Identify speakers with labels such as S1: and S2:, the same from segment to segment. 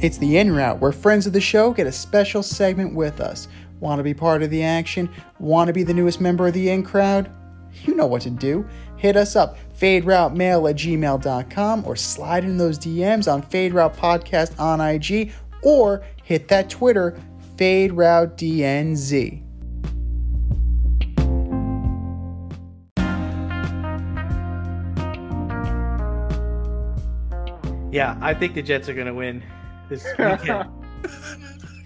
S1: It's the in route where friends of the show get a special segment with us. Want to be part of the action? Want to be the newest member of the in crowd? You know what to do. Hit us up, faderoutemail at gmail.com, or slide in those DMs on Fade Route Podcast on IG, or hit that Twitter, Fade Route DNZ.
S2: Yeah, I think the Jets are going to win this weekend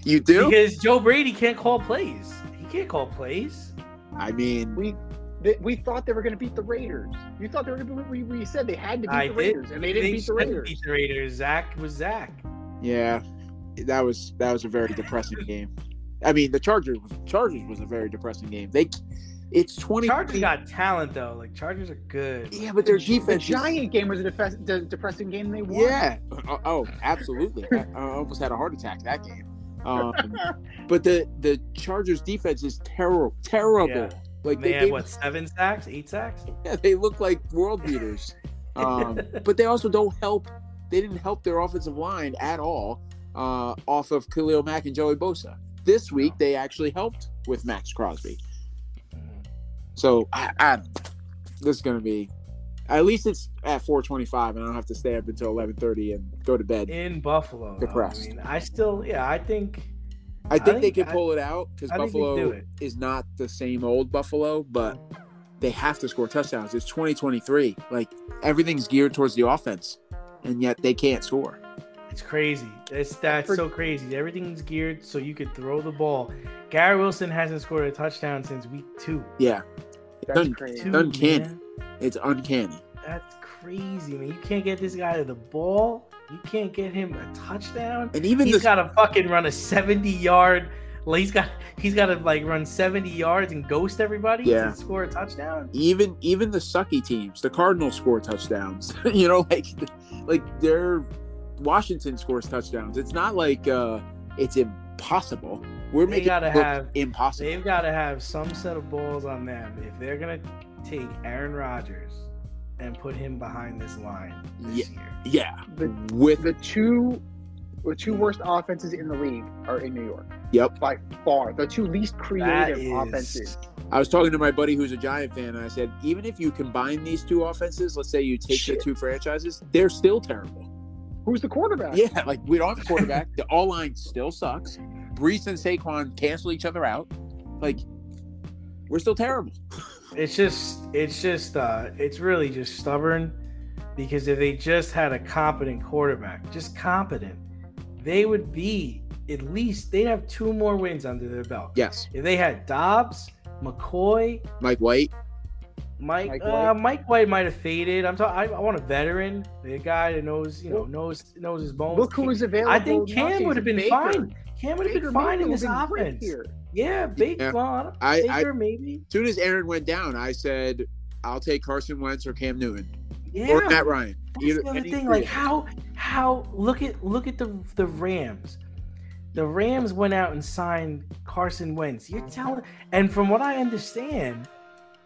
S3: You do?
S2: because Joe Brady can't call plays. He can't call plays.
S3: I mean,
S4: We th- we thought they were going to beat the Raiders. You thought they were going to we, we said they had to beat
S2: I
S4: the
S2: did.
S4: Raiders, and they didn't beat the
S2: shouldn't
S4: Raiders.
S2: beat the Raiders. Zach was Zach.
S3: yeah, that was that was a very depressing game. I mean, the Chargers Chargers was a very depressing game. They, it's twenty.
S2: Chargers got talent though. Like Chargers are good.
S3: yeah, but their
S4: The
S3: defense. is-
S4: Giant game was a defe- de- depressing game. They won.
S3: Yeah. Oh, oh, absolutely. I, I almost had a heart attack that game. Um, but the the Chargers defense is terrible, terrible.
S2: Yeah.
S3: Like
S2: They
S3: they,
S2: had
S3: they,
S2: what seven sacks, eight sacks.
S3: yeah, they look like world beaters. Um, but they also don't help. They didn't help their offensive line at all uh, off of Khalil Mack and Joey Bosa. This week they actually helped with Max Crosby. So I, I don't know. this is gonna be. At least it's at 4:25, and I don't have to stay up until 11:30 and go to bed.
S2: in Buffalo. though.
S3: Depressed.
S2: I mean, I still, yeah, I think,
S3: I think,
S2: think-
S3: they can
S2: I-
S3: pull it out because
S2: I think they do
S3: Buffalo
S2: it.
S3: is not the same old Buffalo, but they have to score touchdowns. It's 2023. Like everything's geared towards the offense, and yet they can't score.
S2: It's crazy. It's that's
S4: For-
S2: so crazy. Everything's geared so you could throw the ball. Gary Wilson hasn't scored a touchdown since week two.
S3: Yeah,
S4: That's
S3: Done.
S4: crazy.
S2: Two,
S3: Uncanny.
S2: man.
S3: it's uncanny.
S2: That's crazy, man. You can't get this guy to the ball. You can't get him a touchdown.
S3: And even
S2: He's
S3: this,
S2: got to fucking run a seventy-yard. Like he's got, he's got to like run seventy yards and ghost everybody
S3: Yeah.
S2: to score a touchdown.
S3: even even the sucky teams, the Cardinals score touchdowns. you know, like like their Washington scores touchdowns. It's not like uh it's impossible. We're
S2: They
S3: making
S2: gotta
S3: it look
S2: have-
S3: impossible.
S2: They've got to have some set of balls on them if they're gonna take Aaron Rodgers and put him behind this line this year.
S3: yeah,
S4: The,
S3: with
S4: the two the two worst offenses in the league are in New York
S3: yep.
S4: by far. The two least
S2: That
S4: creative
S2: is
S4: offenses.
S3: I was talking to my buddy who's a Giant fan, and I said, even if you combine these two offenses, let's say you take
S4: Shit.
S3: the two franchises, they're still terrible.
S4: Who's the quarterback?
S3: Yeah, like we don't have a quarterback. the all line still sucks. Brees and Saquon cancel each other out. Like, we're still terrible.
S2: It's just, it's just, uh, it's really just stubborn because if they just had a competent quarterback, just competent, they would be at least they'd have two more wins under their belt.
S3: Yes.
S2: If they had Dobbs, McCoy,
S3: Mike White.
S2: Mike,
S4: Mike
S2: uh, Mike White might have faded. I'm talking. I, I want a veteran, a guy that knows, you know, knows knows his bones.
S4: Look who was available.
S2: I think
S4: in the
S2: Cam
S4: offseason.
S2: would have been
S4: Baker.
S2: fine. Cam would have
S4: Baker
S2: been fine in
S4: Mayfield
S2: this
S4: would've been great
S2: offense.
S4: here.
S2: Yeah, Baker.
S3: Yeah.
S2: Well, I don't-
S3: I- I-
S2: Baker maybe.
S3: As soon as Aaron went down, I said, I'll take Carson Wentz or Cam Newton
S2: Yeah,
S3: or Matt Ryan.
S2: that's
S3: Either-
S2: the other
S3: any
S2: thing.
S3: three
S2: Like
S3: of
S2: how how look at look at the the Rams. The Rams went out and signed Carson Wentz. You're telling, and from what I understand,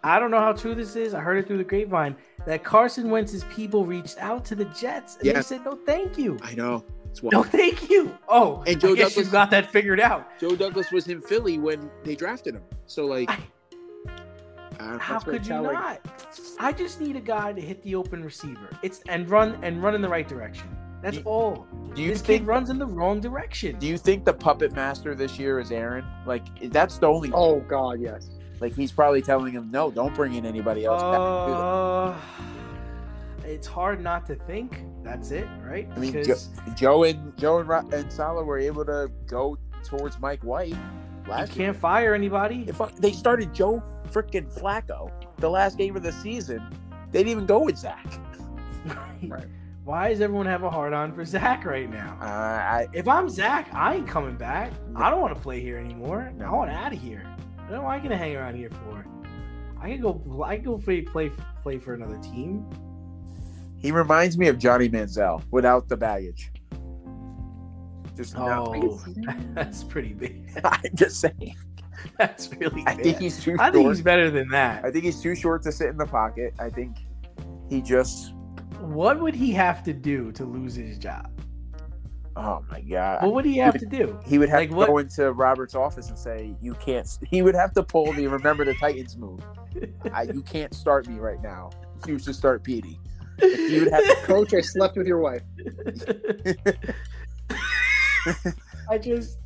S2: I don't know how true this is. I heard it through the grapevine that Carson Wentz's people reached out to the Jets and
S3: Yeah.
S2: they said, "No, thank you,
S3: them. I know. It's wild.
S2: no, thank you." Oh,
S3: And
S2: and
S3: Joe
S2: Joe I guess
S3: Douglas-
S2: you got that figured out.
S3: Joe Douglas was in Philly when they drafted him. So, like, I,
S2: I-
S3: don't know.
S2: How
S4: That's what
S2: could
S4: it's
S2: you
S4: not like-
S2: not? I just need a guy to hit the open receiver. It's and run and run in the right direction. That's
S3: Do-
S2: all.
S3: Do you
S2: this
S3: think
S2: kid runs in the wrong direction.
S3: Do you think the puppet master this year is Aaron? Like that's the only
S4: Oh God, yes.
S3: like he's probably telling him no, don't bring in anybody else.
S2: uh, it's hard not to think. That's it, right?
S3: I mean,
S2: Because
S3: Joe and Joe and, Ro- and Salah were able to go towards Mike White
S2: you
S3: last year.
S2: can't fire anybody.
S3: If I- they started Joe freaking Flacco the last game of the season. They didn't even go with Zach.
S4: Right.
S2: Why does everyone have a hard on for Zach right now?
S3: Uh, I
S2: If I'm Zach, I ain't coming back. I don't want to play here anymore.
S3: No.
S2: I want out of here. I don't I can hang around here for. I can go. I can go play play play for another team.
S3: he reminds me of Johnny Manziel without the baggage. Just no.
S2: Oh, that's pretty big.
S3: I'm just saying.
S2: That's really.
S3: I think
S2: bad.
S3: he's too
S2: I
S3: short.
S2: think he's better than that.
S3: I think he's too short to sit in the pocket. I think he just
S2: What would he have to do to lose his job?
S3: Oh my god.
S2: Well, what do you have to do?
S3: he would have
S2: like
S3: to
S2: what-
S3: go into Robert's office and say, "You can't." s-" He would have to pull the "Remember the Titans" move. I, you can't start me right now. You should start Petey. He would have to
S4: Coach, I slept with your wife.
S2: I just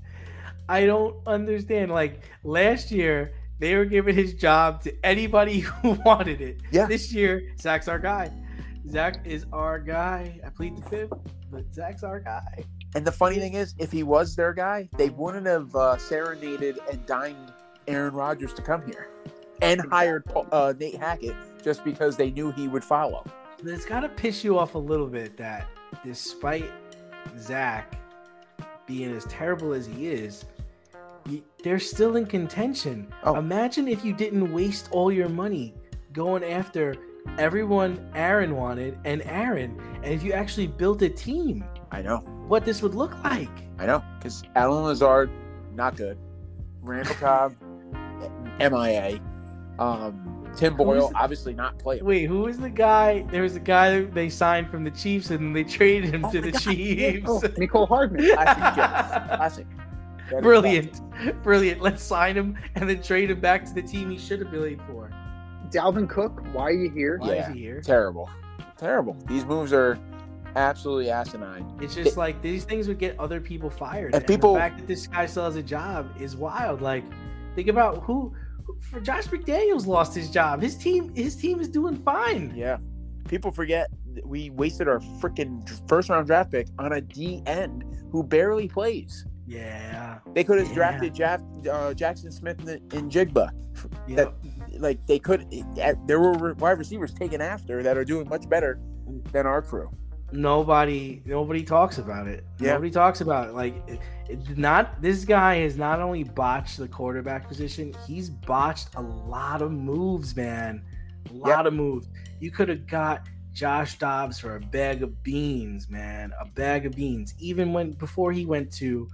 S2: I don't understand. Like last year, they were giving his job to anybody who wanted it.
S3: Yeah.
S2: This year, Zach's our guy. Zach is our guy. I plead the fifth, but Zach's our guy.
S3: And the funny thing is, if he was their guy, they wouldn't have uh, serenaded and dined Aaron Rodgers to come here, and hired Paul- uh, Nate Hackett just because they knew he would follow.
S2: But it's gotta piss you off a little bit that despite Zach being as terrible as he is, y- they're still in contention.
S3: Oh.
S2: Imagine if you didn't waste all your money going after everyone Aaron wanted and Aaron, and if you actually built a team,
S3: I know,
S2: what this would look like.
S3: I know, because Alan Lazard, not good. Randall Cobb, MIA. Um, Tim Boyle,
S2: Who's-
S3: obviously not playable.
S2: Wait, who was the guy? There was a guy they signed from the Chiefs and they traded him
S3: Oh
S2: to
S3: my
S2: the
S3: God,
S2: Chiefs.
S4: Oh, Nicole Hardman.
S3: Classic, Jets. Classic. That is
S2: Brilliant. Brilliant. Let's sign him and then trade him back to the team he should have played for.
S4: Dalvin Cook, why are you here?
S2: Why
S3: Yeah.
S2: is he here?
S3: classic. Terrible. Terrible. These moves are absolutely asinine.
S2: It's just like these things would get other people fired.
S3: And people-
S2: the fact that this guy still has a job is wild. Like, think about who who- for Josh McDaniels lost his job. His team his team is doing fine.
S3: Yeah. People forget that we wasted our freaking first round draft pick on a D end who barely plays.
S2: Yeah.
S3: They could have
S2: Yeah.
S3: drafted Jack, uh, Jackson Smith in, in Jigba.
S2: Yep.
S3: Like they could, at, there were wide receivers taken after that are doing much better than our crew.
S2: nobody nobody talks about it.
S3: Yeah.
S2: Nobody talks about it. Like it- it, not this guy has not only botched the quarterback position, he's botched a lot of moves, man. A lot of moves. You could have got Josh Dobbs for a bag of beans, man. A bag of beans. Even when before he went to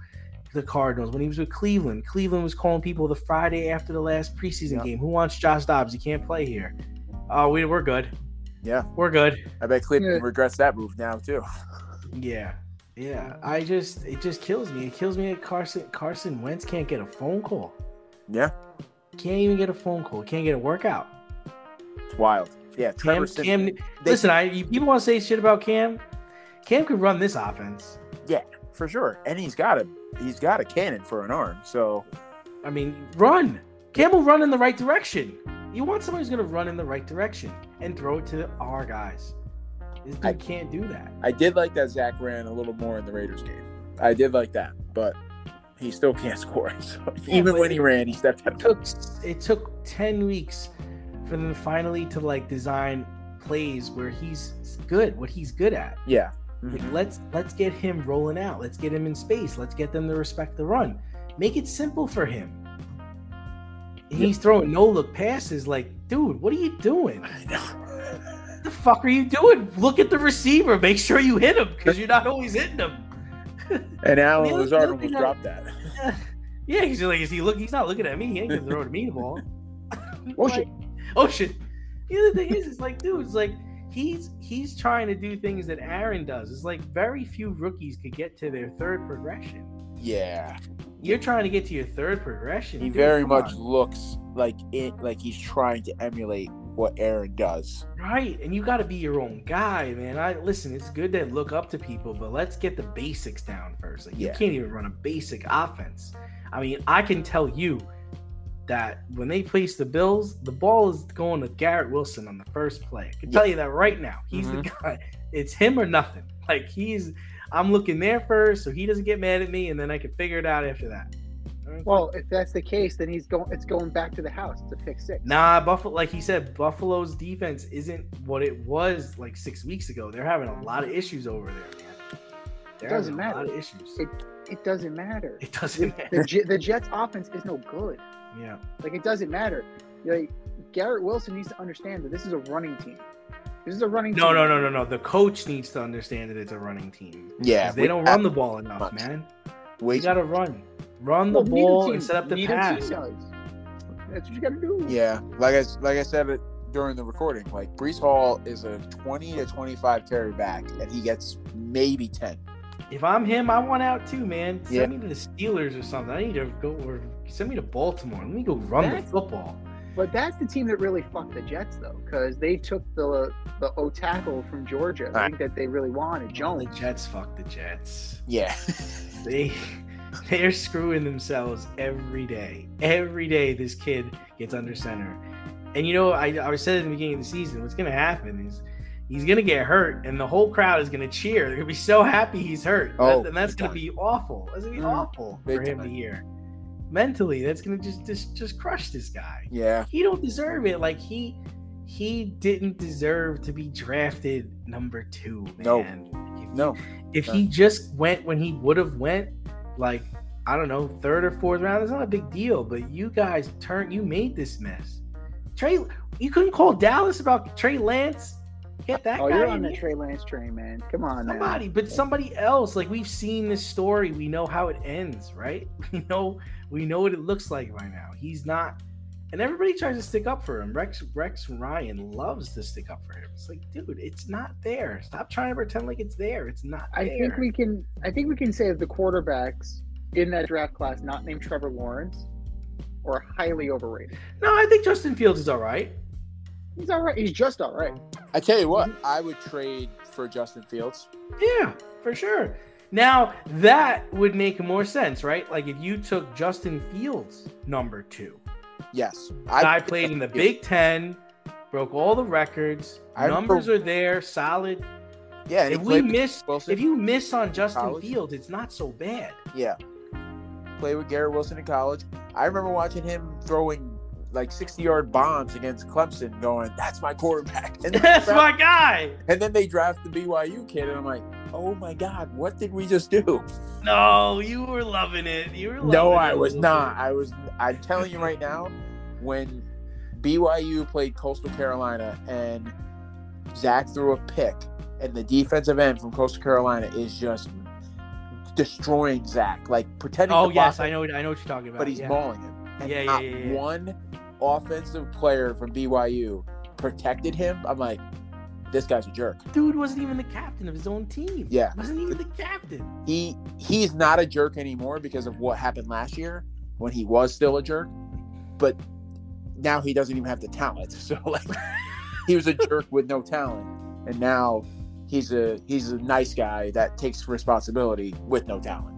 S2: the Cardinals, when he was with Cleveland, Cleveland was calling people the Friday after the last preseason
S3: Yeah.
S2: game. Who wants Josh Dobbs? He can't play here. Oh, we, we're good.
S3: Yeah.
S2: We're good.
S3: I bet Clifton
S4: Yeah.
S3: regrets that move now too.
S2: Yeah. Yeah. I just it just kills me. It kills me that Carson Carson Wentz can't get a phone call.
S3: Yeah,
S2: Can't even get a phone call. Can't get a workout.
S3: it's wild. Yeah, Trevor.
S2: Cam,
S3: Sim-
S2: Cam
S3: they-
S2: listen, I you, people want to say shit about Cam. Cam could run this offense.
S3: for sure. And he's got a he's got a cannon for an arm. So
S2: I mean, run. Cam will run in the right direction. You want someone who's gonna run in the right direction and throw it to our guys. This dude
S3: I-
S2: can't do that.
S3: I did like that Zach ran a little more in the Raiders game. I did like that, but he still can't score. So even
S2: but-
S3: when he ran, he stepped up.
S2: took it took 10 weeks for them finally to like design plays where he's good what he's good at
S3: Yeah,
S2: like, let's let's get him rolling out let's get him in space let's get them to respect the run make it simple for him he's throwing no look passes like dude what are you doing what
S3: I know.
S2: the fuck are you doing look at the receiver make sure you hit him because you're not always hitting him
S3: And
S2: The other-
S3: Alan
S2: the
S3: Lazard
S2: other
S3: almost
S2: thing I-
S3: dropped that.
S2: yeah he's like is he look he's not looking at me he ain't gonna throw to me the ball
S4: Oh,
S2: Like,
S4: shit.
S2: oh shit. The other thing is, it's like, dude, it's like he's he's trying to do things that Aaron does. It's like very few rookies could get to their third progression.
S3: Yeah,
S2: You're trying to get to your third progression.
S3: he
S2: dude,
S3: very
S2: come
S3: much
S2: on.
S3: looks like it, like he's trying to emulate what Aaron does.
S2: right, and you got to be your own guy, man. I listen. It's good to look up to people, but let's get the basics down first. Like
S3: Yeah.
S2: you can't even run a basic offense. I mean, I can tell you that when they place the Bills, the ball is going to Garrett Wilson on the first play. I can tell you that right now. He's the guy. It's him or nothing. Like he's, I'm looking there first, so he doesn't get mad at me, and then I can figure it out after that.
S4: Well, if that's the case, then he's going. It's going back to the house. It's a pick six.
S2: Nah, Buffalo, like he said, Buffalo's defense isn't what it was like six weeks ago. They're having a lot of issues over there, man. They're having
S4: Doesn't
S2: A
S4: matter.
S2: lot of issues.
S4: It- It doesn't matter.
S2: It doesn't matter.
S4: The, Je- the Jets' offense is no good.
S2: Yeah.
S4: Like it doesn't matter. Like Garrett Wilson needs to understand that this is a running team. This is a running
S2: No,
S4: team.
S2: no, no, no, no. The coach needs to understand that it's a running team. 'Cause
S3: Yeah,
S2: they don't run the ball enough,
S3: much.
S2: man.
S3: Wait,
S2: You gotta run, run the
S4: Well, neither
S2: ball
S4: team-
S2: and set up the
S4: neither
S2: pass.
S4: Team does. That's what you got to do.
S3: Yeah, like I like I said it during the recording, like Brees Hall is a twenty to twenty five carry back, and he gets maybe ten.
S2: If I'm him, I want out too, man. Send
S3: Yeah.
S2: me to the Steelers or something. I need to go or send me to Baltimore. Let me go run
S4: That's-
S2: the football.
S4: But that's the team that really fucked the Jets though, because they took the the O tackle from Georgia. I think that they really wanted
S2: The
S4: Jones.
S2: Jets fuck the Jets.
S3: Yeah.
S2: They they're screwing themselves every day. Every day this kid gets under center. And you know, I, I said at the beginning of the season, what's gonna happen is he's gonna get hurt and the whole crowd is gonna cheer. They're gonna be so happy he's hurt.
S3: Oh,
S2: That- and that's
S3: big
S2: gonna
S3: time.
S2: be awful. That's gonna be
S4: Mm,
S2: awful for
S3: big
S2: him to
S3: time.
S2: hear. Mentally, that's gonna just just just crush this guy.
S3: Yeah.
S2: He don't deserve it. Like he he didn't deserve to be drafted number two,
S3: No.
S2: man. If you
S3: No.
S2: if
S3: Yeah.
S2: he just went when he would have went, like I don't know, third or fourth round, it's not a big deal. But you guys turned, you made this mess. Trey, you couldn't call Dallas about Trey Lance. Get that
S4: Oh,
S2: guy.
S4: you're on
S2: in
S4: the
S2: here.
S4: Trey Lance train, man. Come on, now.
S2: somebody, but somebody else. Like we've seen this story, we know how it ends, right? We know, we know what it looks like right now. He's not, and everybody tries to stick up for him. Rex Rex Ryan loves to stick up for him. It's like, dude, it's not there. Stop trying to pretend like it's there. It's not.
S4: I
S2: there.
S4: think we can. I think we can say that the quarterbacks in that draft class, not named Trevor Lawrence, are highly overrated.
S2: No, I think Justin Fields is all right.
S4: He's all right. He's just all right.
S3: I tell you what, I would trade for Justin Fields.
S2: Yeah, for sure. Now that would make more sense, right? Like if you took Justin Fields number two,
S3: Yes.
S2: guy played in the Big Ten, broke all the records.
S3: I remember-
S2: numbers are there, solid.
S3: Yeah. and he
S2: If we
S3: played with
S2: miss,
S3: Wilson.
S2: if you miss on Justin
S3: College.
S2: Fields, it's not so bad.
S3: Yeah. Played with Garrett Wilson in college. I remember watching him throwing like 60 yard bombs against Clemson, going, that's my quarterback. And then,
S2: That's my guy.
S3: and then they draft the BYU kid, and I'm like, oh my God, what did we just do?
S2: No, you were loving it. You were. Loving
S3: No,
S2: it
S3: I
S2: a
S3: was
S2: little
S3: not.
S2: bit.
S3: I was, I'm telling you right now, when BYU played Coastal Carolina and Zach threw a pick, and the defensive end from Coastal Carolina is just destroying Zach, like pretending
S2: Oh
S3: to
S2: yes,
S3: block
S2: I know. I know what you're talking about.
S3: but he's
S2: yeah.
S3: mauling him. And
S2: Yeah, yeah,
S3: not
S2: yeah, yeah.
S3: one offensive player from BYU protected him. I'm like, this guy's a jerk.
S2: Dude wasn't even the captain of his own team.
S3: Yeah.
S2: wasn't even the captain.
S3: He he's not a jerk anymore because of what happened last year when he was still a jerk. But now he doesn't even have the talent. So like he was a jerk with no talent. And now he's a he's a nice guy that takes responsibility with no talent.